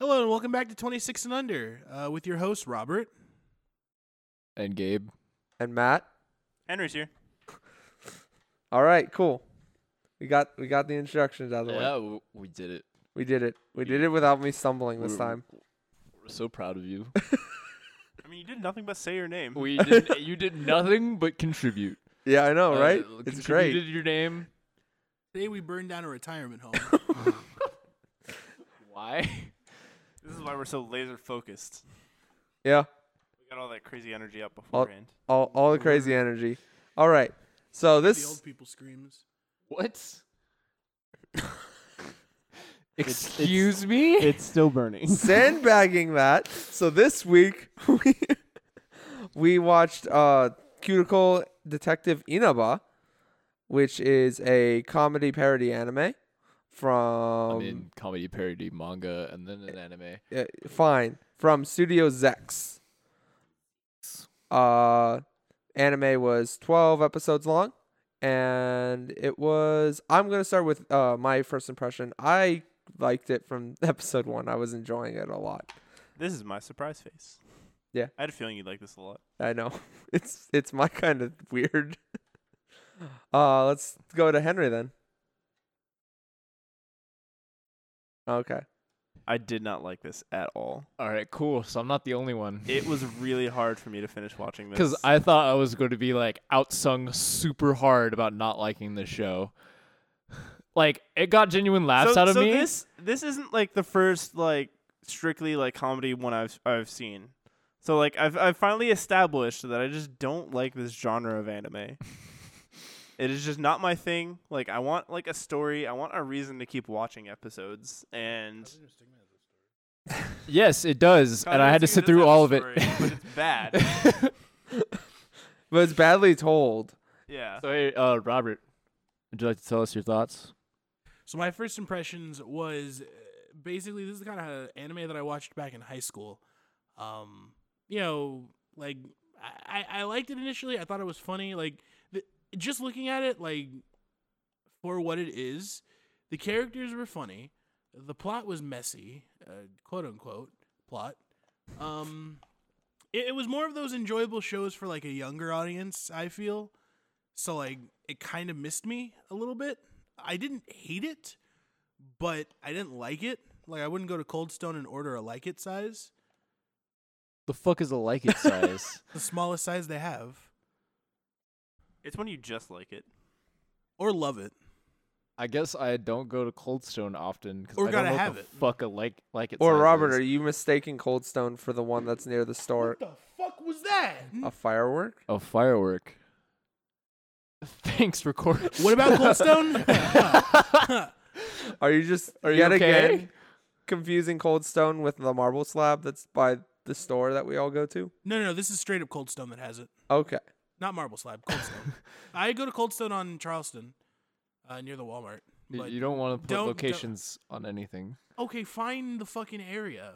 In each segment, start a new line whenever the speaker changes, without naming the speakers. Hello and welcome back to 26 and Under uh, with your host, Robert.
And Gabe.
And Matt.
Henry's here.
All right, cool. We got we got the introductions out of the
yeah,
way.
w- we did it.
We did it. We did it without me stumbling this
We're-
time.
We're so proud of you.
I mean, you did nothing but say your name.
we did. You did nothing but contribute.
Yeah, I know,
Uh,
Oh, right? it's
Contributed
great.
your name.
Today we burned down a retirement home.
Why?
This is why we're so laser focused.
Yeah.
We got all that crazy energy up beforehand.
All all the crazy energy. All right. So
the
this
old people screams.
What? Excuse me.
It's still burning.
sandbagging that. So this week we we watched uh Cuticle Detective Inaba, which is a comedy parody anime
I
from
mean, comedy parody manga and then an anime.
uh, fine from Studio Zex. Uh, anime was twelve episodes long, and it was. I'm gonna start with uh my first impression. I liked it from episode one. I was enjoying it a lot.
This is my surprise face.
Yeah.
I had a feeling you'd like this a lot.
I know it's it's my kind of weird. Uh, let's go to Henry then. Okay.
I did not like this at all.
All right, cool. So I'm not the only one.
It was really hard for me to finish watching this.
Because I thought I was going to be like outsung super hard about not liking this show. Like it got genuine laughs
so,
out of
so
me.
This this isn't like the first like strictly like comedy one I've I've seen. So like I've I've finally established that I just don't like this genre of anime. it is just not my thing. Like I want like a story. I want a reason to keep watching episodes. And
yes, it does, and I had to sit through all of it.
but it's bad.
But it's badly told.
Yeah.
so hey, uh, Robert, would you like to tell us your thoughts?
So my first impressions was uh, basically this is kind of anime that I watched back in high school. Um, you know, like I, I I liked it initially. I thought it was funny. Like th- just looking at it, like for what it is, the characters were funny. The plot was messy, uh, quote unquote plot. Um, it, it was more of those enjoyable shows for like a younger audience. I feel so like it kind of missed me a little bit. I didn't hate it, but I didn't like it. Like I wouldn't go to Cold Stone and order a like it size,
The fuck is a like it size?
the smallest size they have,
It's when you just like it.
or love it.
I guess I don't go to Cold Stone often because
Or
I
gotta
don't know
have
what the
it.
fuck a like like it.
Or
size
Robert,
is.
are you mistaking Cold Stone for the one that's near the store?
the fuck was that?
A firework?
a Oh, firework? Thanks for recording.
What about Cold Stone?
Are you just
Are you
yet
okay?
again confusing Cold Stone with the marble slab that's by the store that we all go to?
no, no, no, this is straight up Cold Stone that has it,
Okay.
not Marble Slab. Cold Stone. I go to Cold Stone on Charleston, uh, near the Walmart.
Y-
But
you don't want to put
don't- don't-
locations on anything.
okay, find the fucking area.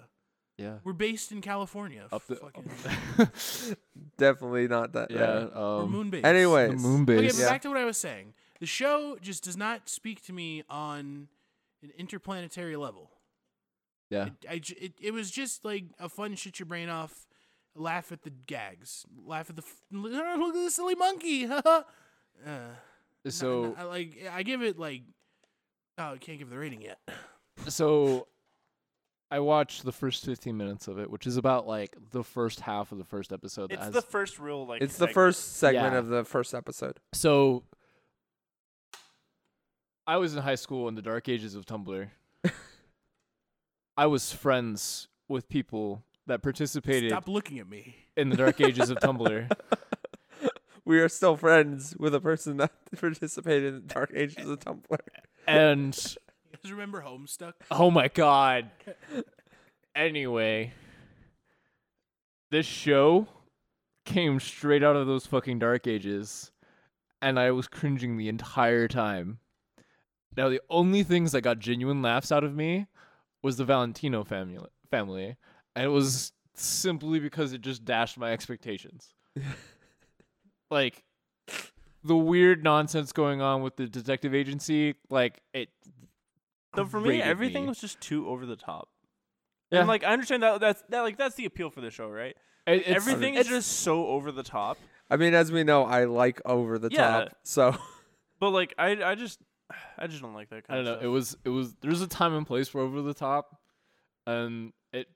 Yeah.
We're based in California.
Up the. up-
fucking,
Definitely not that. uh,
yeah.
right.
we're
Um,
moon based.
Anyways,
the moon
Okay,
base.
but
Yeah.
back to what I was saying. The show just does not speak to me on an interplanetary level.
yeah.
It, I j- it, it was just like a fun shit your brain off, laugh at the gags, laugh at the f- look at the silly monkey. uh, n-
So
n- I, like I give it like oh I can't give the rating yet.
so I watched the first 15 minutes of it, which is about like the first half of the first episode. that
It's
has,
the first real like.
It's the
segment.
first segment
Yeah.
of the first episode.
so I was in high school in the dark ages of Tumblr. I was friends with people that participated
Stop looking at me.
in the dark ages of Tumblr.
We are still friends with a person that participated in Dark Ages of Tumblr.
And
You guys remember Homestuck?
Oh my god. Anyway, this show came straight out of those fucking dark ages, and I was cringing the entire time. Now, the only things that got genuine laughs out of me was the Valentino family, family and it was simply because it just dashed my expectations. like, the weird nonsense going on with the detective agency, like, it
So for me,
grated
everything
me.
was just too over the top.
Yeah.
And like I understand that that's that like that's the appeal for the show, right?
It- it's-
Everything is just so over the top.
I mean, as we know, I like over the
Yeah.
top. So
But like I I just I just don't like that
I
kind
don't know.
of
It was it was there's a time and place for over the top, and it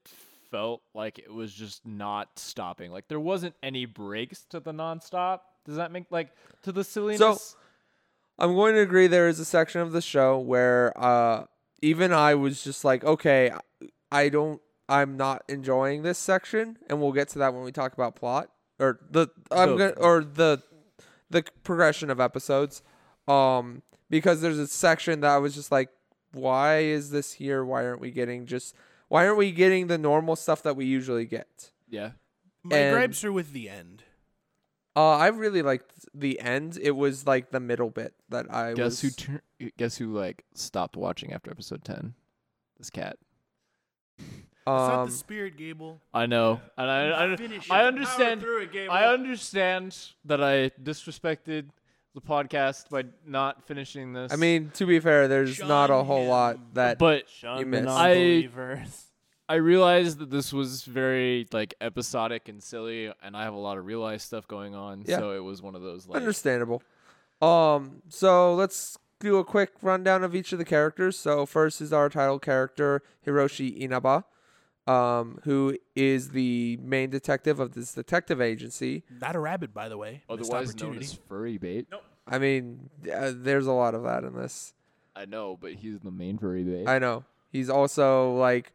felt like it was just not stopping. Like there wasn't any breaks to the nonstop. Does that make like to the silliness?
I'm going to agree there is a section of the show where uh, even I was just like, okay, I don't, I'm not enjoying this section, and we'll get to that when we talk about plot or the I'm
The-
gonna or the the progression of episodes, um, because there's a section that I was just like, why is this here? Why aren't we getting just why aren't we getting the normal stuff that we usually get?
yeah.
My
And-
gripes are with the end.
Uh, I really liked the end. It was like the middle bit that I
guess who
was.
tur- guess who like stopped watching after episode 10 this cat
It's not
um,
the spirit, Gable.
i know and i
Finish
i, I
it.
understand
Power through it, Gable.
i understand that i disrespected the podcast by not finishing this
I mean, to be fair, there's not a
Shun
whole
him.
lot that.
but
Shun
You
the
missed.
I-
non-believers.
i realized that this was very like episodic and silly and i have a lot of real life stuff going on
Yeah.
so it was one of those like
Understandable. Um, so let's do a quick rundown of each of the characters. So first is our title character Hiroshi Inaba, um, who is the main detective of this detective agency.
Not a rabbit, by the way. Missed
otherwise known
opportunity.
as furry bait
I mean, uh, there's a lot of that in this.
i know but he's the main furry bait
I know he's also like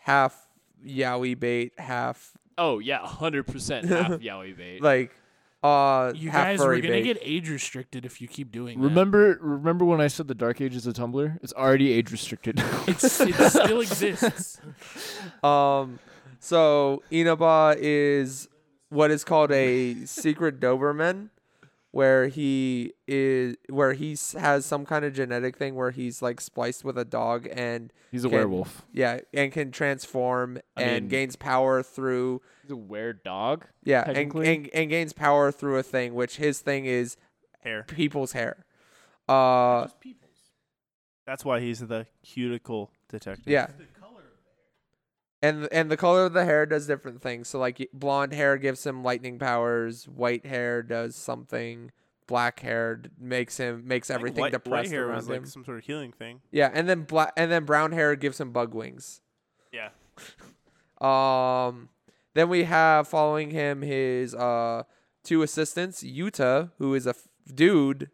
half yaoi bait, half
oh yeah 100% half yaoi bait
like uh
You
half
guys are
furry
gonna
bait.
get age restricted if you keep doing
Remember, remember when I said the Dark Age is a Tumblr? It's already age restricted.
that. It's, it still exists.
Um, so Inaba is what is called a secret Doberman, where he is where he s- has some kind of genetic thing where he's like spliced with a dog and
He's a
can-
werewolf.
Yeah, and can transform
I
and
mean-
gains power through
He's a were dog.
yeah, and,
Technically?
and and gains power through a thing, which his thing is
Hair.
people's hair. Uh,
That's why he's the cuticle detective.
yeah. And and the color of the hair does different things. So like blonde hair gives him lightning powers. White hair does something. Black hair d- makes him makes
I think
everything
white,
depressed
white hair
around
was
him.
like some sort of healing thing.
yeah, and then black and then brown hair gives him bug wings.
Yeah.
Um, then we have following him his uh two assistants, Yuta, who is a f- dude.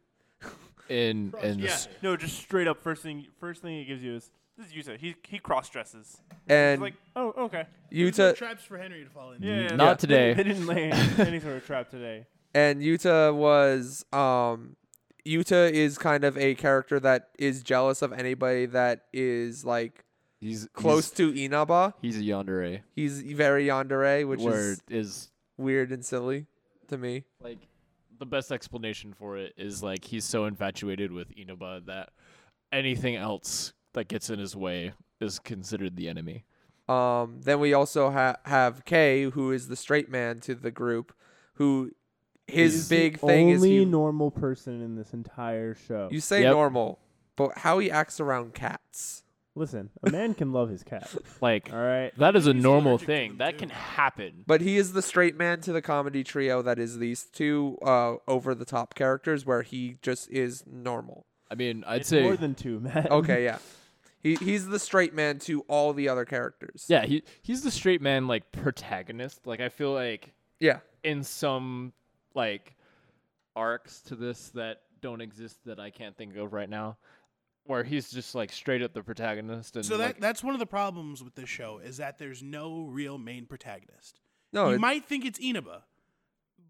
In in
Yeah.
this,
No, just straight up first thing first thing he gives you is this is Yuta. He he cross dresses.
And
It's like, oh, okay.
Yuta
traps for Henry to fall into.
Yeah,
not today.
They didn't lay any sort of trap today.
and Yuta was um Yuta is kind of a character that is jealous of anybody that is like
he's
close to Inaba.
He's, he's a yandere,
He's very yandere, which
which
is
where is,
weird and silly to me.
like the best explanation for it is like he's so infatuated with Inaba that anything else that gets in his way is considered the enemy.
Um then we also ha- have Kay who is the straight man to the group who his big thing is he,
normal person in this entire show.
you say
Yep.
normal, but how he acts around cats.
Listen, a man can love his cat.
Like
right.
that is a normal
allergic to
thing
them,
that
too.
can happen.
But he is the straight man to the comedy trio that is these two uh, over the top characters where he just is normal.
I mean, I'd say
than two, Matt.
Mm-hmm.
Okay, yeah. He he's the straight man to all the other characters.
yeah, he he's the straight man like protagonist. Like I feel like
Yeah.
in some like arcs to this that don't exist that I can't think of right now, where he's just like straight up the protagonist and
So that
like,
that's one of the problems with this show is that there's no real main protagonist.
No,
you
Oh, it-
might think it's Inaba,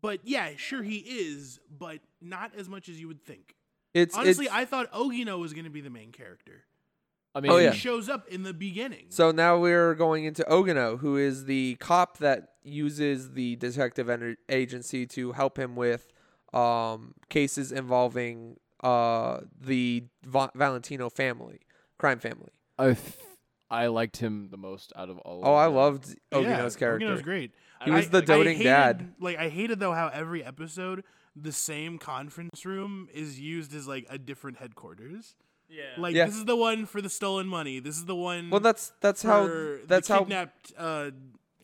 but yeah, sure he is, but not as much as you would think.
it's
Honestly,
it's-
I thought Ogino was going to be the main character.
I mean,
Oh, yeah.
He shows up in the beginning.
So now we're going into Ogino, who is the cop that uses the detective ener- agency to help him with um, cases involving uh, the Va- Valentino family, crime family.
I f- I liked him the most out of all.
Oh, I
of them.
loved
yeah,
Ogino's character.
Ogino's great.
He was
I-
the
like, I
doting
hated-
dad.
Like I hated though how every episode the same conference room is used as like a different headquarters.
Yeah.
Like
Yeah.
this is the one for the stolen money. This is the one.
Well, that's that's how
for
that's
the
how
kidnapped uh,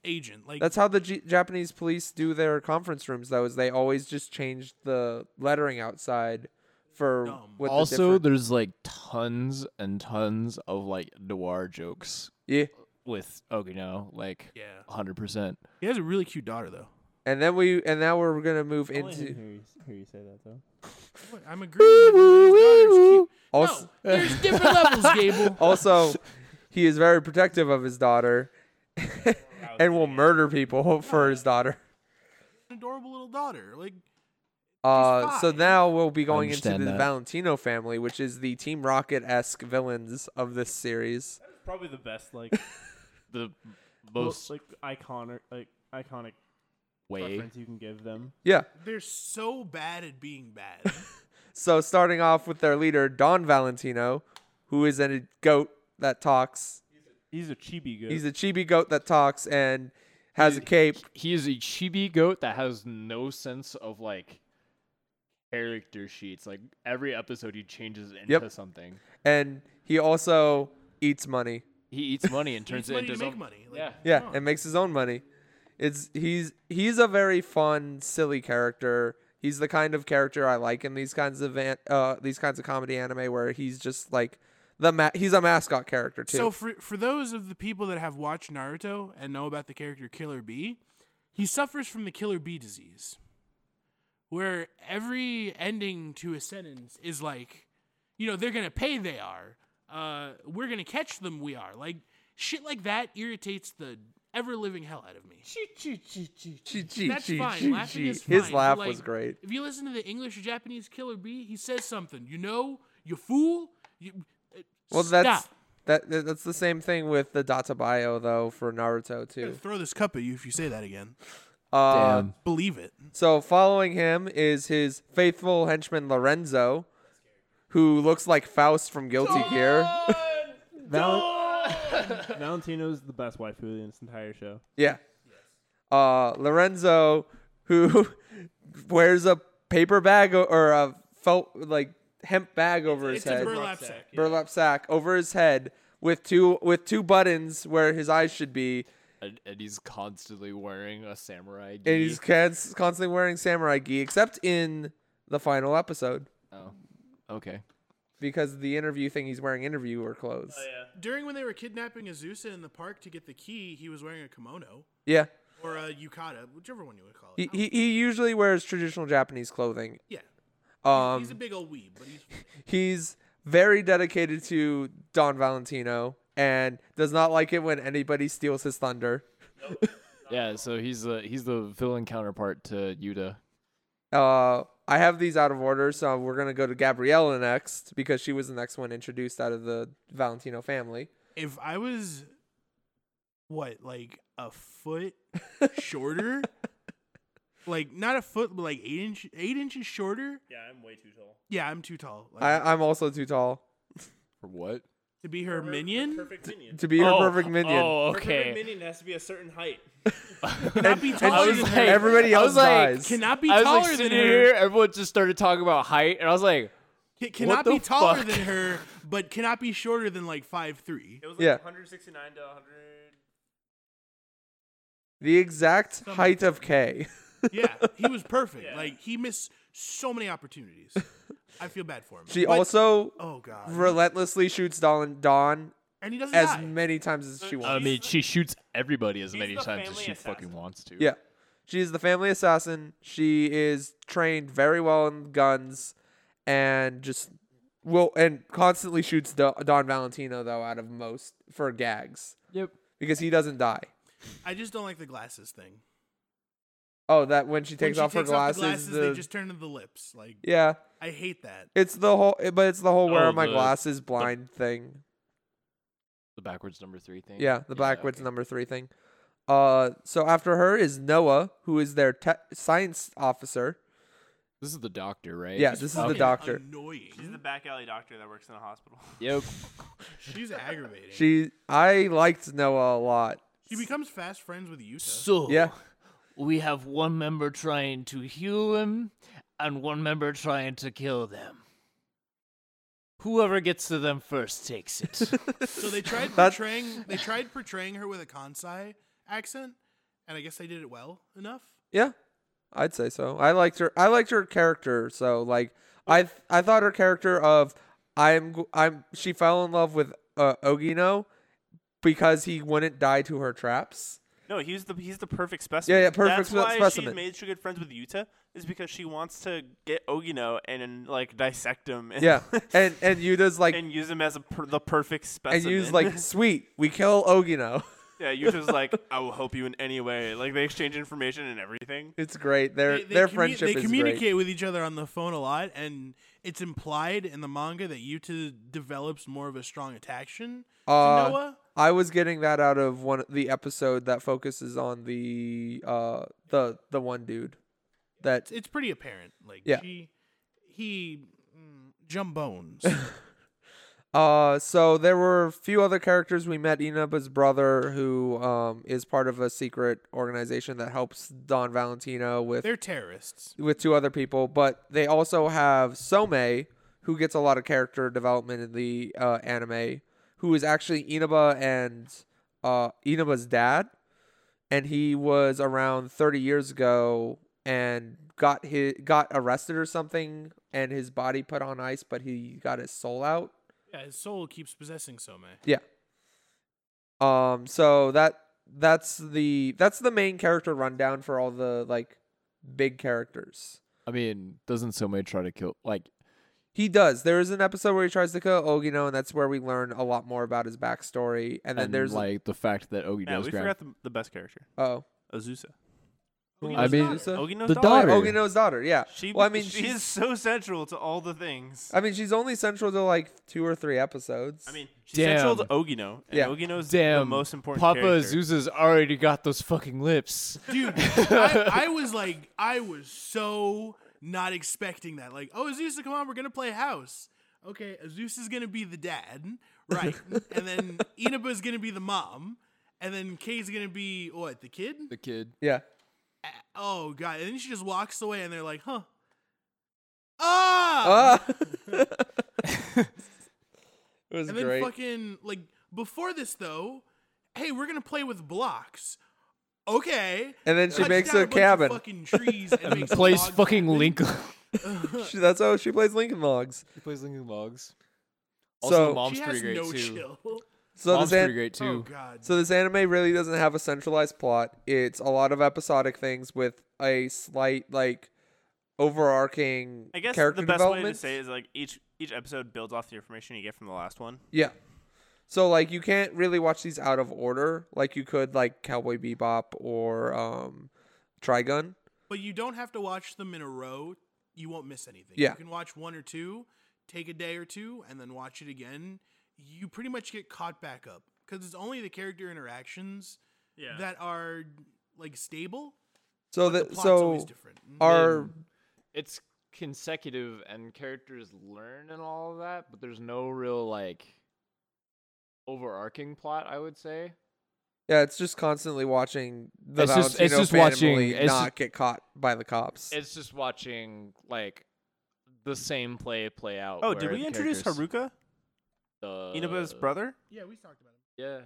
agent. Like
that's how the G- Japanese police do their conference rooms. Though, is they always just change the lettering outside for
Dumb.
what
also,
the different-
there's like tons and tons of like noir jokes
yeah.
with Ogino, like
yeah,
100%.
he has a really cute daughter though.
And then we and now we're gonna move
hear
into
you, hear you say that though.
What, I'm agreeing. with you, his daughter's cute.
also
No, there's different levels, Gable.
also he is very protective of his daughter and will murder people for his daughter.
An adorable little daughter. Like
Uh, so
fine.
now we'll be going into
understand
the
that.
Valentino family, which is the Team Rocket esque villains of this series.
Probably the best, like
The most
most like iconic, like iconic
way.
reference you can give them.
Yeah.
they're so bad at being bad.
So starting off with their leader Don Valentino, who is a goat that talks.
He's a chibi goat.
He's a chibi goat that talks and has a cape.
He is a chibi goat that has no sense of like character sheets. Like every episode, he changes into
Yep.
something.
and he also eats money.
He eats money and turns
It's
it
money
into
to make
some-
money. Like,
Yeah.
Yeah,
come on.
and makes his own money. It's he's he's a very fun, silly character. He's the kind of character I like in these kinds of an, uh these kinds of comedy anime where he's just like the ma- he's a mascot character too.
So for for those of the people that have watched Naruto and know about the character Killer Bee, he suffers from the Killer Bee disease, where every ending to a sentence is like, you know, they're gonna pay. They are. Uh, we're gonna catch them. We are. Like shit like that irritates the ever living hell out of me.
Gee, gee,
That's
gee,
fine.
gee,
Laughing
gee.
is fine.
His
but,
laugh
like,
was great.
If you listen to the English or Japanese Killer Bee, he says something. You know, you fool. You, uh,
Well,
stop.
that's that that- that's the same thing with the Databio though for Naruto
I'm
too.
gonna throw this cup at you if you say that again.
Uh,
Damn.
Believe it.
So following him is his faithful henchman Lorenzo, who looks like Faust from Guilty Gear.
Valentino's the best waifu in this entire show.
Yeah. Uh, Lorenzo, who wears a paper bag o- or a felt like hemp bag over
It's
his
a
head,
burlap sack.
burlap sack over his head with two with two buttons where his eyes should be,
and, and he's constantly wearing a samurai.
and
gi.
he's cons- constantly wearing samurai gi, except in the final episode
Oh, okay.
because the interview thing he's wearing interviewer clothes.
During when they were kidnapping Azusa in the park to get the key, he was wearing a kimono
yeah.
or a yukata, whichever one you would call it.
He, he, he usually wears traditional Japanese clothing.
yeah.
Um,
he's a big old weeb, but he's
he's very dedicated to Don Valentino and does not like it when anybody steals his thunder.
Yeah, so he's the he's the villain counterpart to Yuta.
Uh, I have these out of order, so we're gonna go to Gabriella next because she was the next one introduced out of the Valentino family.
if I was what, like a foot shorter? like not a foot, but like eight inch eight inches shorter.
Yeah, I'm way too tall.
Yeah, I'm too tall. Like,
I, I'm also too tall
For what?
to be her minion?
Perfect minion.
to be her perfect minion.
Oh,
Perfect
okay.
minion has to be a certain height.
Cannot be
And
I
taller
was
than
like-
her.
everybody
I was
else
like,
dies.
Cannot be
I was
taller
like
than
sitting
her.
here, everyone just started talking about height, and I was like,
Ca- cannot be
the
taller
fuck?
than her, but cannot be shorter than like five three.
It was
like Yeah.
169 to 100.
the exact height of K.
Yeah, he was perfect. Like he missed so many opportunities. I feel bad for him.
She
But-
also
oh god,
relentlessly shoots Don Don
and he doesn't
as
die.
many times as she wants.
I mean, she shoots everybody as many
the
times as
family
she
assassin.
fucking wants to.
Yeah. She is the family assassin. She is trained very well in guns and just will and constantly shoots Do- Don Valentino though out of most for gags
Yep.
because he doesn't die.
I just don't like the glasses thing.
Oh, that when she
When
takes
she
off her glasses,
the glasses
the-
they just turn to the lips. Like
yeah,
I hate that.
it's the whole but it's the whole wear
Oh,
my
the-
glasses blind thing.
The backwards number three thing.
Yeah, the backwards
okay.
number 3 thing. Uh so after her is Noah who is their te- science officer.
This is the doctor, right?
Yeah, this is the
Fucking
doctor.
She's the
Annoying.
back alley doctor that works in a hospital.
Yep.
She's aggravating. She,
She I liked Noah a lot.
becomes fast friends with Yuta.
So
Yeah.
we have one member trying to heal him and one member trying to kill them. Whoever gets to them first takes it.
So they tried
That's-
portraying they tried portraying her with a Kansai accent, and I guess they did it well enough.
Yeah, I'd say so. I liked her. I liked her character. So like, I th- I thought her character of I'm g- I'm she fell in love with uh, Ogino because he wouldn't die to her traps.
No, he's the he's the perfect specimen.
yeah, perfect
That's
spe-
why
specimen.
she made she good friends with Yuta is because she wants to get Ogino and, and like dissect him. And,
Yeah, and and Yuta's like and,
and use him as a per, the perfect specimen.
Yuta's like sweet. We kill Ogino.
yeah, Yuta's like I will help you in any way. Like they exchange information and everything.
It's great. Their
They, they
their
commu-
friendship
they
is
communicate
great.
with each other on the phone a lot, and it's implied in the manga that Yuta develops more of a strong attraction
Uh,
to Noah.
I was getting that out of one the episode that focuses on the uh the the one dude that
It's, it's pretty apparent. Like
Yeah.
she, he, mm, jumbones.
Uh, so there were a few other characters. We met Inaba's brother, who um is part of a secret organization that helps Don Valentino with
They're terrorists.
with two other people. But they also have Somei, who gets a lot of character development in the uh, anime, who is actually Inaba and uh Inaba's dad, and he was around thirty years ago and got his got arrested or something, and his body put on ice, but he got his soul out.
Yeah, his soul keeps possessing Somei.
Yeah. Um. So that that's the that's the main character rundown for all the like big characters.
I mean, doesn't Somei try to kill? Like,
He does. There is an episode where he tries to kill Ogino, and that's where we learn a lot more about his backstory.
and,
And then there's like,
like the fact that Ogi
Yeah,
does
we
grab
forgot the, the best character,
oh,
Azusa.
I mean-
Azusa?
Ogino's
The
Oh,
daughter.
Ogino's daughter. Yeah.
She,
well, I mean,
she
she's.
is so central to all the things.
I mean, she's only central to like two or three episodes.
I mean, she's central to
Damn.
Ogino. And
Yeah.
Ogino's the
Damn,
most important.
Papa
character.
Azusa's already got those fucking lips.
Dude, I, I was like, I was so not expecting that. Like, oh, Azusa, come on, we're gonna play house. Okay, Azusa's gonna be the dad, right? and then Inaba's gonna be the mom, and then Kay's gonna be what the kid?
The kid.
yeah.
Oh god! And then she just walks away, and they're like, huh? Ah!
Uh, it was
and then
great.
fucking like before this though, hey, we're gonna play with blocks. Okay.
and then she
Cuts
makes
down
a
bunch of
cabin.
Fucking trees and, makes a
Plays
log
fucking
cabin.
Link.
She- that's how she plays Lincoln Logs.
he plays Lincoln Logs.
So-
Also,
She
mom's
she
pretty
has
great
no
too.
chill.
So
mom's
this an-
pretty great
Oh
too.
god.
So this anime really doesn't have a centralized plot. It's a lot of episodic things with a slight like overarching
I guess
character
the best way
development.
to say it is like each each episode builds off the information you get from the last one.
yeah. So like you can't really watch these out of order like you could like Cowboy Bebop or um Trigun.
but you don't have to watch them in a row. You won't miss anything.
Yeah.
You can watch one or two, take a day or two, and then watch it again. You pretty much get caught back up because it's only the character interactions
Yeah.
that are like stable.
So
but the
that
plot's always
so
different. Mm-hmm.
our
It's consecutive, and characters learn and all of that, but there's no real like overarching plot. I would say.
yeah, it's just constantly watching the
It's just- it's
Valentino
just watching-
family
it's-
not get caught by the cops.
It's just watching like the same play play out.
Oh,
where
did we
the
introduce
characters-
Haruka,
the-
Inaba's brother?
yeah, we talked about it.
Yeah.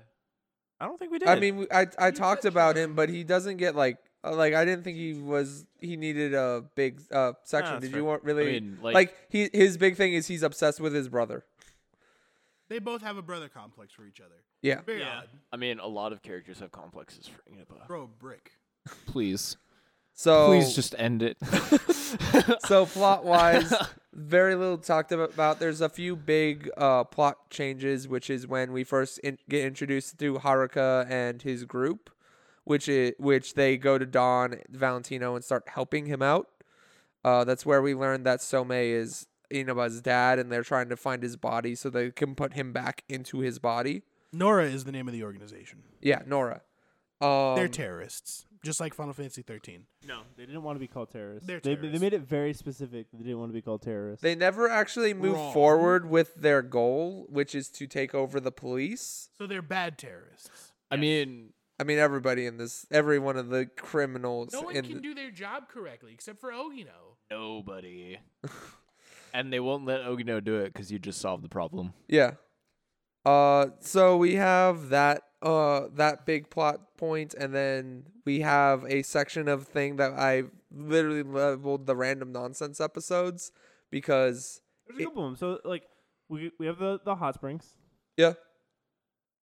I don't think we did.
I mean, we- I I
You
talked
touched
about
on
him, but he doesn't get like uh, like I didn't think he was he needed a big uh section.
that's
Did
fair.
you want
I
really
mean,
like, he his big thing is he's obsessed with his brother.
They both have a brother complex for each other.
Yeah.
Very
Yeah.
odd.
I mean, a lot of characters have complexes for Inaba.
Bro, brick.
Please,
Oh.
So
please just end it.
so plot wise, very little talked ab- about. There's a few big uh plot changes, which is when we first in- get introduced to Haruka and his group, which is which they go to Don Valentino and start helping him out. Uh, that's where we learn that Somei is Inaba's dad, and they're trying to find his body so they can put him back into his body.
Nora is the name of the organization.
Yeah, Nora. Um,
They're terrorists, just like Final Fantasy 13.
no, they didn't want to be called terrorists.
They're They- they terrorists.
made it very specific. They didn't want to be called terrorists.
they never actually move
Wrong.
forward with their goal, which is to take over the police.
So they're bad terrorists.
I mean,
I mean, everybody in this, every one of the criminals.
No one
in
can
th-
do their job correctly except for Ogino.
nobody. and they won't let Ogino do it because you just solved the problem.
Yeah. Uh, so we have that uh that big plot point, and then we have a section of thing that I literally labeled the random nonsense episodes because
There's
It-
a couple of them. So like we we have the the hot springs.
yeah,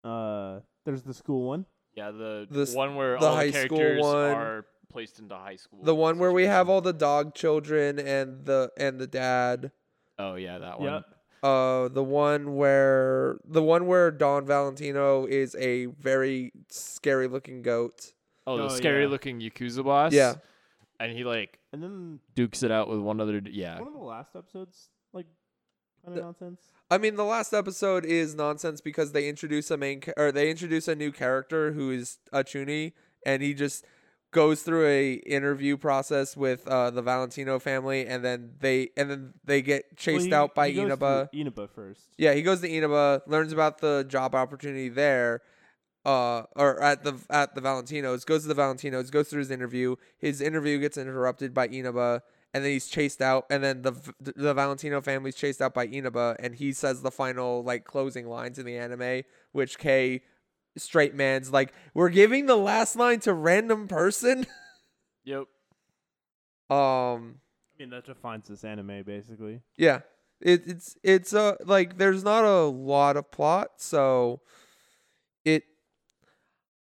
Uh, there's the school one.
Yeah, the
The s-
one where
the
all
high
the
school
characters
one.
are placed into high school.
the one where we have
situation.
all the dog children and the and the dad.
Oh yeah, that one.
Yeah.
Uh, the one where the one where Don Valentino is a very scary looking goat.
Oh, the
Oh,
scary
yeah.
looking Yakuza boss.
Yeah.
And he like
And then
dukes it out with one other. d- Yeah.
one of the last episodes, like kind
The-
of nonsense.
I mean, the last episode is nonsense because they introduce a main cha- or they introduce a new character who is Achuni, and he just goes through a interview process with uh, the Valentino family, and then they and then they get
Well,
chased
he-
out by
he goes to
Inaba.
Inaba first.
Yeah, he goes to Inaba, learns about the job opportunity there, uh, or at the at the Valentinos. Goes to the Valentinos, goes through his interview. His interview gets interrupted by Inaba, and then he's chased out. And then the v- the Valentino family's chased out by Inaba, and he says the final like closing lines in the anime, which K straight man's like, "We're giving the last line to random person."
Yep.
um,
I mean that defines this anime basically.
Yeah. It, it's it's uh like there's not a lot of plot, so it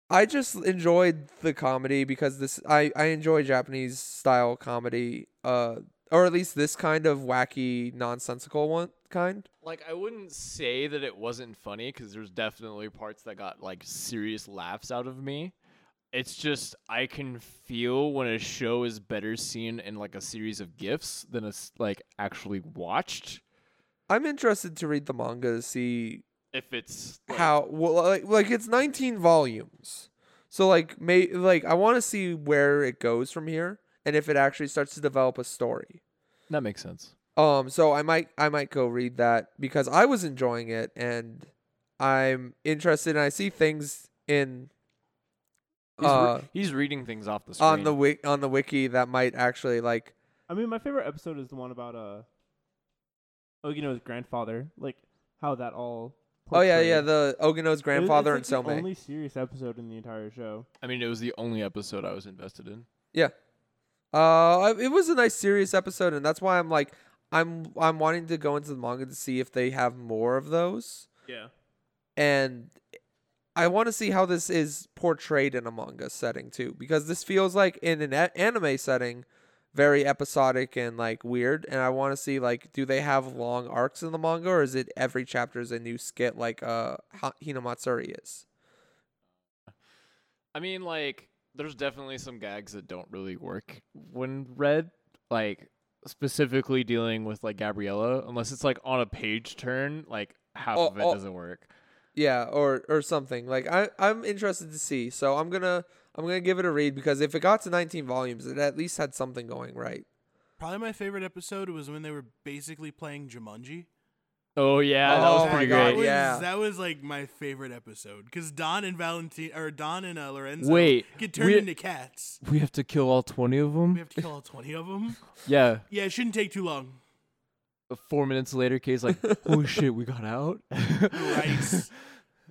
I just enjoyed the comedy because this I I enjoy Japanese style comedy uh or at least this kind of wacky nonsensical one kind.
Like I wouldn't say that it wasn't funny because there's definitely parts that got like serious laughs out of me. It's just I can feel when a show is better seen in like a series of gifs than it's like actually watched.
I'm interested to read the manga to see
If it's like,
how well like like it's 19 volumes. So like may like I want to see where it goes from here and if it actually starts to develop a story.
that makes sense.
Um, so I might I might go read that because I was enjoying it and I'm interested and I see things in
He's, re-
uh,
he's reading things off the screen.
on the wik- on the wiki that might actually like
I mean, my favorite episode is the one about uh, oh, Ogino's grandfather, like how that all.
oh yeah yeah
portrayed.
the Ogino's
It- it's,
grandfather
like,
and Somei
the only serious episode in the entire show.
I mean, it was the only episode I was invested in.
uh I- it was a nice serious episode and that's why I'm like I'm I'm wanting to go into the manga to see if they have more of those
Yeah.
and I want to see how this is portrayed in a manga setting too, because this feels like in an a- anime setting, very episodic and like weird. And I want to see like, do they have long arcs in the manga, or is it every chapter is a new skit like uh Ha- Hinamatsuri is?
I mean, like, there's definitely some gags that don't really work when read, like, specifically dealing with, like, Gabriella, unless it's, like, on a page turn, like, half
Oh,
of it
oh.
doesn't work.
Yeah, or or something like I I'm interested to see. So I'm gonna I'm gonna give it a read because if it got to 19 volumes, it at least had something going right.
Probably my favorite episode was when they were basically playing Jumanji.
Oh, yeah, that
Oh
was
my
pretty
God,
That
great.
was,
yeah.
that was like my favorite episode because Don and Valentine or Don and uh, Lorenzo
Wait,
get turned
we-
into cats.
We have to kill all 20 of them?
We have to kill all twenty of them.
yeah.
Yeah, it shouldn't take too long.
Four minutes later, Kay's like, holy shit, we got out?
Rice.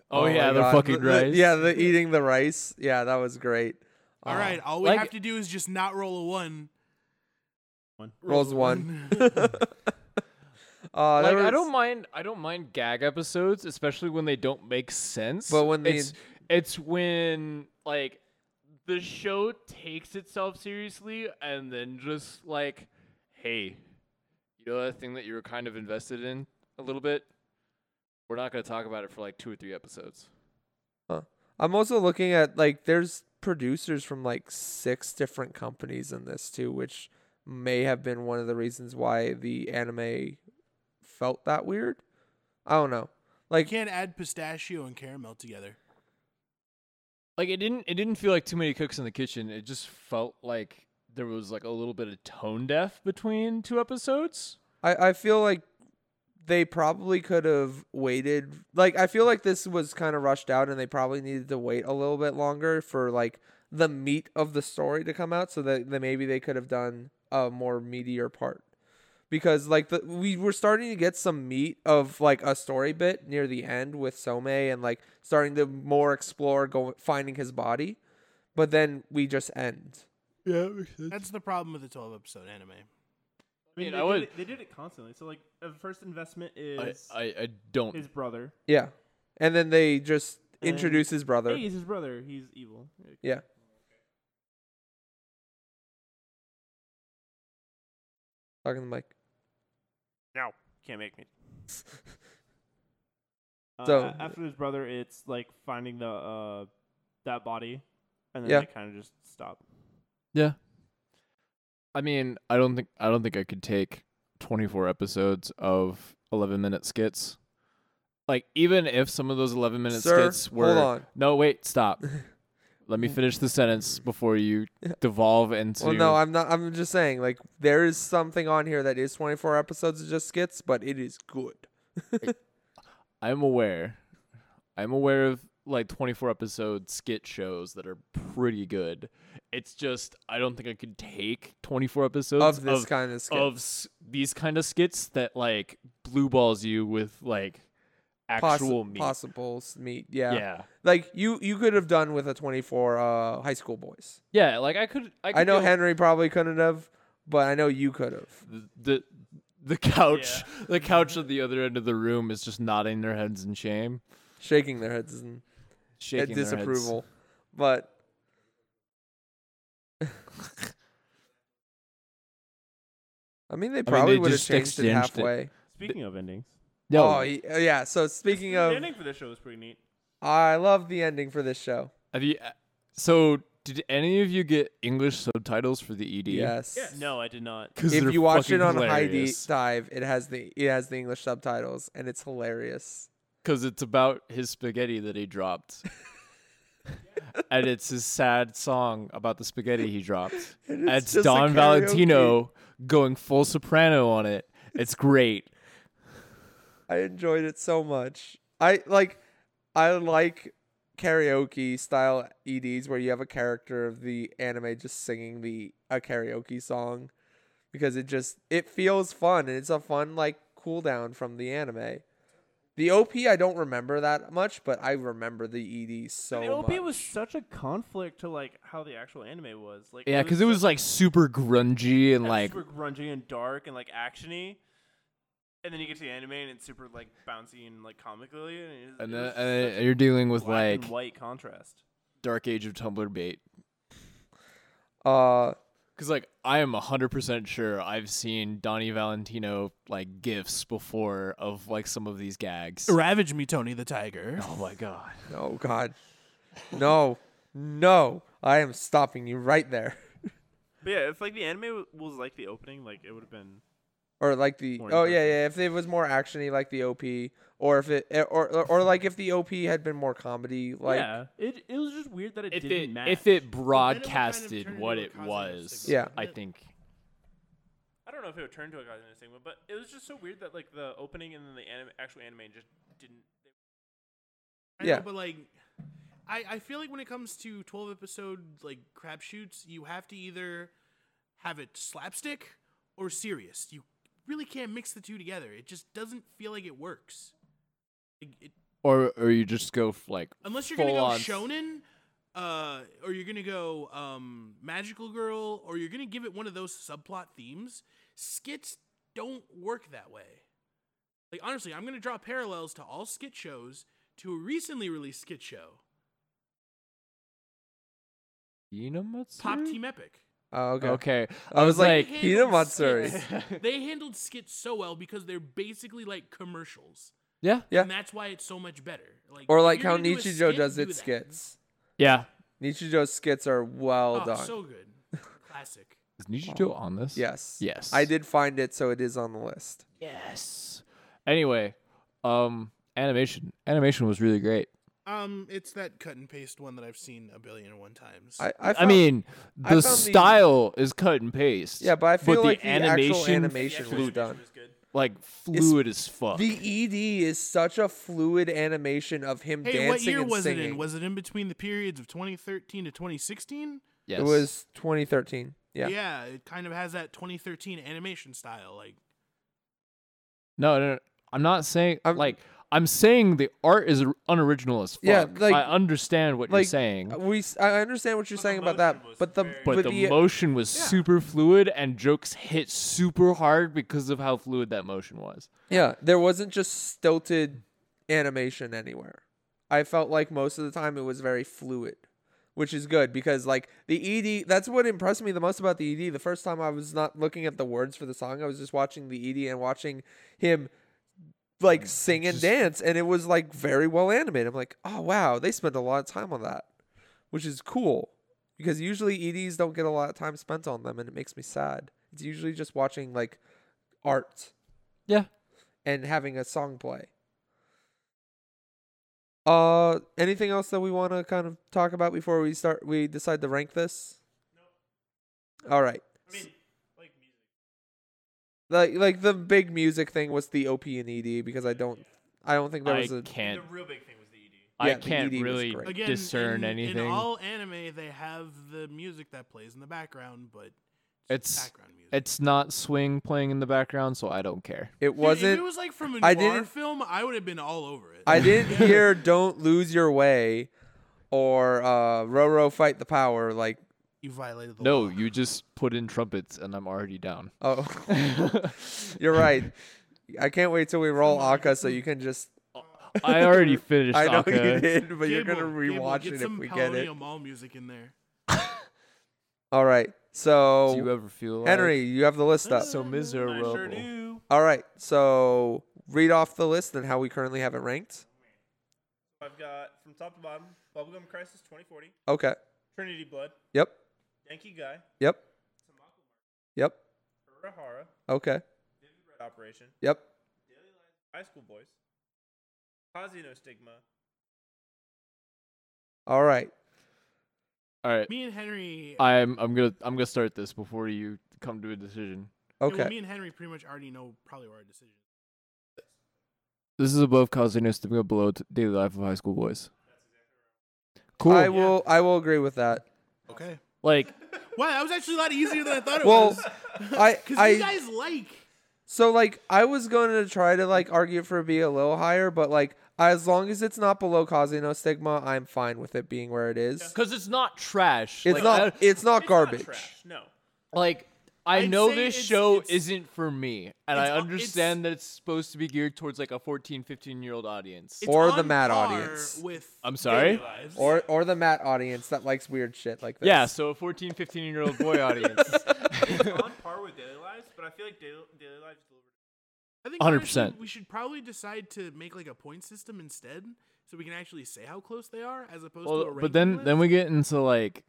Oh,
my
yeah, they're
God.
fucking
The- the-
rice.
yeah, the eating the rice. Yeah, that was great.
All
Uh,
right, all we
like-
have to do is just not roll a one.
One.
Rolls one. uh,
like
there
I
was-
don't mind I don't mind gag episodes, especially when they don't make sense.
But when the-
it's, it's when like the show takes itself seriously and then just like, hey, you know that thing that you were kind of invested in a little bit? We're not gonna talk about it for like two or three episodes.
I'm also looking at like there's producers from like six different companies in this too, which may have been one of the reasons why the anime felt that weird. I don't know.
You
Like
can't add pistachio and caramel together.
Like it didn't it didn't feel like too many cooks in the kitchen. It just felt like there was like a little bit of tone deaf between two episodes.
I, I feel like they probably could have waited. Like I feel like this was kind of rushed out, and they probably needed to wait a little bit longer for like the meat of the story to come out, so that, that maybe they could have done a more meatier part. because like the we were starting to get some meat of like a story bit near the end with Somei and like starting to more explore going finding his body, but then we just end.
Yeah,
That's the problem with the 12 episode anime.
I mean,
Dude,
they,
I
did
would-
it, they did it constantly. So like, the first investment
I,
is
I, I don't.
his brother.
Yeah, and then they just
And-
introduce his brother.
Hey, he's his brother. He's evil.
Yeah. Talking to the mic.
Can't make me.
So-
so Uh, after his brother, it's like finding the uh that body, and then
Yeah.
they kind of just stop.
Yeah. I mean, I don't think I don't think I could take 24 episodes of 11 minute skits. Like even if some of those 11 minute
Sir,
skits were
hold on.
No, wait, stop. Let me finish the sentence before you devolve into
Well, no, I'm not. I'm just saying, like, there is something on here that is 24 episodes of just skits, but it is good.
I'm aware. I'm aware of like 24 episode skit shows that are pretty good. It's just I don't think I could take 24 episodes
Of this
of
kind of skit.
of s- these kind of skits that like blue balls you with like
Possi-
actual meat.
Possible s- meat, yeah.
yeah.
Like, you you could have done with a 24 uh, high school boys.
Yeah, like I could I, could
I know
do
Henry probably couldn't have, but I know you could have.
the the, the couch the couch at the other end of the room is just nodding their heads in shame,
Shaking their heads and at
shaking their heads.
disapproval. But I mean, they probably
they
would have
just
changed it
exchanged it.
halfway.
Speaking of endings,
No.
Oh y- uh, yeah. So speaking
the
of,
ending for this show was pretty neat.
I love the ending for this show.
Have you uh, so did any of you get English subtitles for the E ED?
Yes.
No, I did not.
Cuz
If you watch it on High Deep
hilarious.
Dive, it has the it has the English subtitles and it's hilarious.
cuz it's about his spaghetti that he dropped. and it's his sad song about the spaghetti he dropped.
And
And
it's
it's
just a
Don
karaoke.
Valentino going full soprano on it. It's great.
I enjoyed it so much. I like I like karaoke style EDs where you have a character of the anime just singing the a karaoke song because it just it feels fun and it's a fun like cool down from the anime. The OP I don't remember that much, but I remember the ED so
the OP
much.
was such a conflict to like how the actual anime was. Like
Yeah, because it was like super grungy and like
super grungy and dark and like actiony, and then you get to the anime and it's super like bouncy and like comically, and, it,
and
it
then
was
and
such
then
a
you're dealing with
black
like
and white contrast.
dark age of Tumblr bait.
uh
Cause like I am hundred percent sure I've seen Donnie Valentino like gifs before of like some of these gags.
Ravage me, Tony the Tiger.
Oh my god!
no god. No. No. I am stopping you right there.
But yeah, if like the anime w- was like the opening, like it would have been
or like the
More
oh yeah
impressive.
yeah if it was more actiony like the OP or if it eh, or or, or like if the OP had been more comedy like yeah,
yeah. It it was just weird that it
If
didn't
it
match.
if it
kind of
broadcasted
turn
what
into a Cosmo
it was,
signal,
Yeah.
I
didn't it?
think
I don't know if it would turn to a goddamn single, but it was just so weird that like the opening and then the anime, actual anime just didn't.
I
Yeah.
know, but like, I I feel like when it comes to twelve episode like crapshoots, you have to either have it slapstick or serious. You really can't mix the two together. It just doesn't feel like it works. It, it,
or or you just go f- like
unless you're
full
gonna go
on-
shonen, uh, or you're gonna go um magical girl, or you're gonna give it one of those subplot themes. Skits don't work that way. Like honestly, I'm gonna draw parallels to all skit shows to a recently released skit show.
Inamatsu?
Pop Team Epic.
oh, okay.
Okay,
I was like,
like-
Hina Matsuri
They handled skits so well because they're basically like commercials.
yeah,
Yeah.
And that's why it's so much better. Like
or
if
like
you're
how
gonna do a
Nichijou
skit,
does
do
its
that.
skits
yeah.
Nichijou's skits are well
oh,
done
so good. Classic.
Is Nichijou on this?
yes
Yes.
I did find it so it is on the list
Yes. Anyway, um, animation. Animation was really great.
Um, it's that cut and paste one that I've seen a billion and one times.
I I,
I,
found-
mean,
I
the
found the-
style is cut and paste.
yeah but I feel
the
like the actual
animation
animation was done E
was good.
like fluid as fuck.
the ED is such a fluid animation of him
hey,
dancing
what year
and
was
singing
it in? Was it in between the periods of 2013 to 2016?
yes.
it was 2013 yeah
yeah, it kind of has that 2013 animation style. Like
No, no, no. I'm not saying
I'm-
like I'm saying the art is or- unoriginal as fuck.
Yeah, like-
I understand what you're
like,
saying,
We s- I understand what you're
But the
saying about
motion
that,
was
but the uh,
very-
but the motion was
Yeah.
super fluid and jokes hit super hard because of how fluid that motion was.
yeah, there wasn't just stilted animation anywhere. I felt like most of the time it was very fluid, which is good because like the ED that's what impressed me the most about the ED. The first time I was not looking at the words for the song, I was just watching the ED and watching him like sing and
Just-
dance and it was like very well animated. I'm like, "Oh wow, they spent a lot of time on that." Which is cool because usually EDs don't get a lot of time spent on them and it makes me sad. It's usually just watching like art
Yeah.
and having a song play. Uh, anything else that we want to kind of talk about before we start? We decide to rank this. All right.
I mean, like music.
Like like the big music thing was the OP and ED because I don't I don't think there
I
was a
can't
the real big thing was the
E
ED.
I
Yeah, the
can't
ED was
really
great.
Again,
discern
in,
anything.
In all anime, they have the music that plays in the background, but
It's-
background music.
it's not swing playing in the background, so I don't care.
it
Dude, If
wasn't
it was like from a noir
I didn't-
film, I would have been all over it.
I didn't hear "Don't Lose Your Way" or uh "Roro Fight the Power." Like
you violated the
No,
law.
you just put in trumpets and I'm already down.
oh, you're right. I can't wait till we roll Akka so you can just.
I already finished
I know you
Akka.
did, but you're
Gable,
gonna
Gable,
rewatch
get
it if
some
we get it.
Paulina Mall music in there.
All right. So
Do you ever feel like
Henry, you have the list up.
so
I
miserable?
sure do.
All right. So read off the list and how we currently have it ranked.
I've got from top to bottom Bubblegum Crisis 2040,
Okay.
Trinity Blood,
Yep.
Yankee Guy,
Yep. Yep.
Urahara,
Okay.
Vivid Red Operation,
Yep.
Daily Life, High School Boys, Casino Stigma.
All right.
All right.
Me and Henry.
I'm I'm gonna I'm gonna start this before you come to a decision.
yeah, well,
Okay.
me and Henry pretty much already know probably our decision.
This is above causing us to go below t- daily life of high school boys. Cool.
I will. I will agree with that.
Okay.
like
Wow, that was actually a lot easier than I thought it
Well,
was.
I.
Because
I.
you guys like.
So like I was going to try to like argue for it be a little higher, but like as long as it's not below Casino Stigma, I'm fine with it being where it is.
because it's not trash.
It's
like,
not.
I,
it's not
It's
garbage.
Not trash, no.
like I
I'd
know
say
this
it's-
show
it's-
isn't for me, and
it's-
I
uh,
understand
it's-
that it's supposed to be geared towards like a 14, 15 year old audience.
It's
Or the
on
mad
par
audience.
With
I'm sorry?
Daily Lives.
Or or the Matt audience that likes weird shit like this.
yeah, so a 14, 15 year old boy audience.
It's on par with Daily Lives, but I feel like Daily, Daily Lives delivered.
I think
100%.
honestly, We should probably decide to make like a point system instead, so we can actually say how close they are, as opposed to a
well,
ranking
but then
list.
then we get into like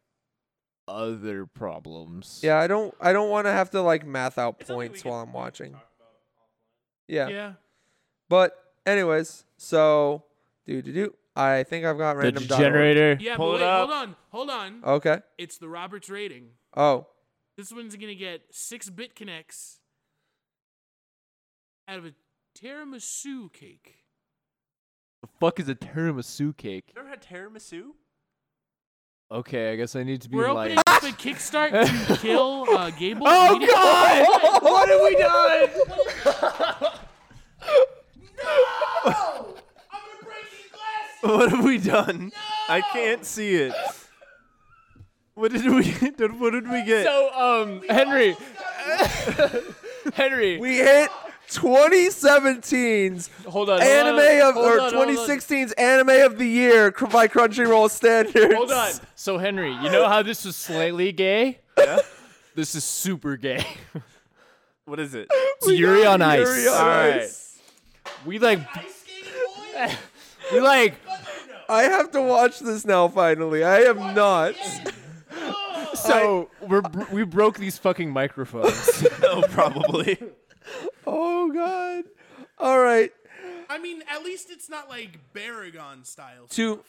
other problems.
Yeah, I don't I don't want to have to like math out
It's something we
points
can-
while
we
I'm
can
watching.
talk about offline.
Yeah.
yeah.
But anyways, so do do do. I think I've got
The
random dot org.
generator.
Yeah,
Pull
but
it
wait,
up.
hold on, hold on.
Okay.
It's the Roberts rating.
Oh,
This one's gonna get six bit connects out of a tiramisu cake.
The fuck is a tiramisu cake?
You ever had tiramisu?
Okay, I guess I need to be
We're
like.
opening up a Kickstart to kill uh, Gable.
Oh
We didn't-
God! what have we done?
What have we done? I can't see it. What did we? Did, what did we get?
So, um, Henry, Henry,
we hit 2017's
hold on.
anime of
hold
or
on, hold on,
2016's anime of the year cr- by Crunchyroll standards.
Hold on. So, Henry, you know how this was slightly gay?
Yeah?
This is super gay.
what is it?
It's Yuri on Ice. Uh,
Yuri on
All right.
Ice.
We like. we like
I have to watch this now finally. I am not.
so we're br- we broke these fucking microphones.
Oh, probably.
Oh god. All right.
I mean, at least it's not like Baragon style.
to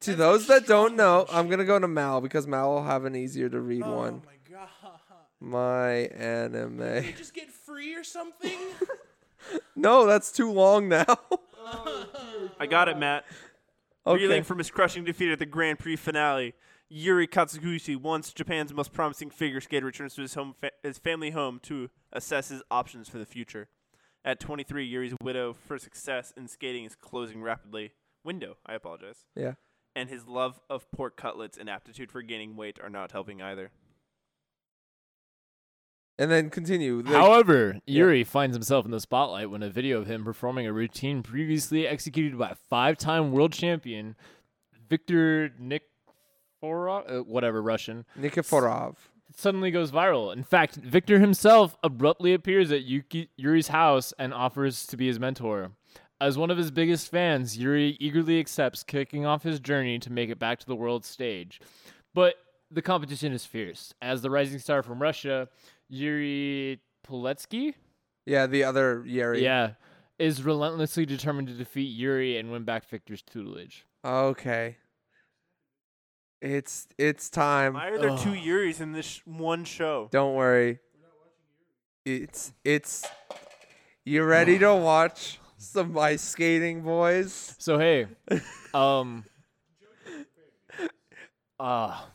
to those that don't know, I'm gonna go to Mal because Mal will have an easier to read
Oh
one.
my god!
My anime.
They just get free or something.
No, that's too long now.
I got it, Matt.
okay.
Reeling from his crushing defeat at the Grand Prix finale, Yuri Katsuguchi, once Japan's most promising figure skater, returns to his home, fa- his family home to assess his options for the future. At 23, Yuri's widow for success in skating is closing rapidly. Window, I apologize.
Yeah.
And his love of pork cutlets and aptitude for gaining weight are not helping either.
And then continue. like-
However, Yuri finds himself in the spotlight when a video of him performing a routine previously executed by five-time world champion Victor Nikiforov, uh, whatever Russian,
Nikiforov.
suddenly goes viral. In fact, Victor himself abruptly appears at Yuki, Yuri's house and offers to be his mentor. As one of his biggest fans, Yuri eagerly accepts, kicking off his journey to make it back to the world stage. But the competition is fierce. As the rising star from Russia, Yuri Poletsky,
Yeah, the other Yeri.
yeah, is relentlessly determined to defeat Yuri and win back Victor's tutelage.
Okay. It's it's time.
Why are there two
Ugh.
Yuris in this sh- one show?
Don't worry. It's it's you ready to watch some ice skating boys?
So hey, um, ah.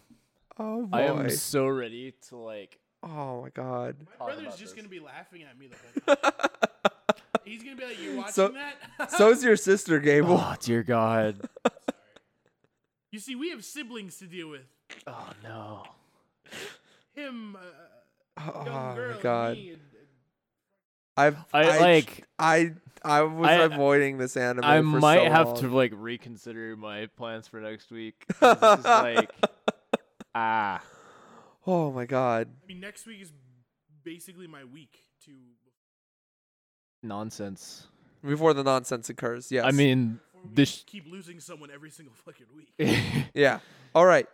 Oh boy.
I am so ready to like.
oh my god.
My brother's
about
just
this.
gonna be laughing at me the whole time. He's gonna be like, "You watching
So-
that?"
So is your sister, Gable.
Oh dear God.
you see, we have siblings to deal with.
Oh no.
Him, uh,
Oh
young girl,
my
and
god.
me, and- and-
I've
I,
tr-
like.
I I was
I-
avoiding this anime.
I
for so
might have
long.
to like reconsider my plans for next week. 'cause This is like. Ah.
Oh my god.
I mean, next week is basically my week to.
Nonsense.
Before the nonsense occurs. Yes.
I mean,
before we
this.
keep losing someone every single fucking week.
Yeah. All right.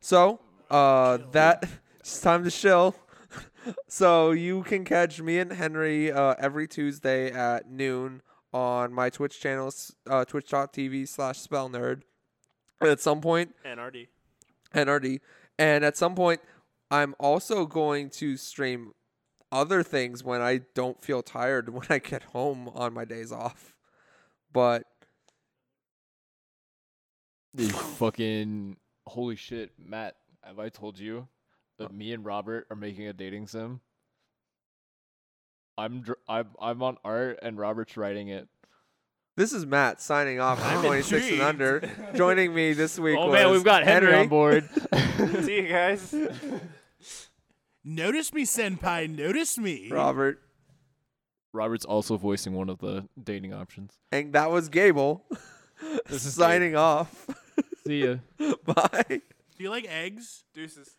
So, uh, that it's time to chill. so you can catch me and Henry uh, every Tuesday at noon on my Twitch channel, s- uh, twitch.tv slash spell nerd. At some point,
NRD.
NRD. And at some point, I'm also going to stream other things when I don't feel tired when I get home on my days off. But
this fucking. Holy shit, Matt. Have I told you that me and Robert are making a dating sim? I'm dr- I'm I'm on art and Robert's writing it.
This is Matt signing off
I'm
at 26 and
intrigued.
under. Joining me this week
Oh
was
man, we've got Henry,
Henry
on board.
See you guys.
Notice me, senpai. Notice me.
Robert,
Robert's also voicing one of the dating options.
and that was Gable signing off.
See ya.
Bye.
Do you like eggs?
Deuces.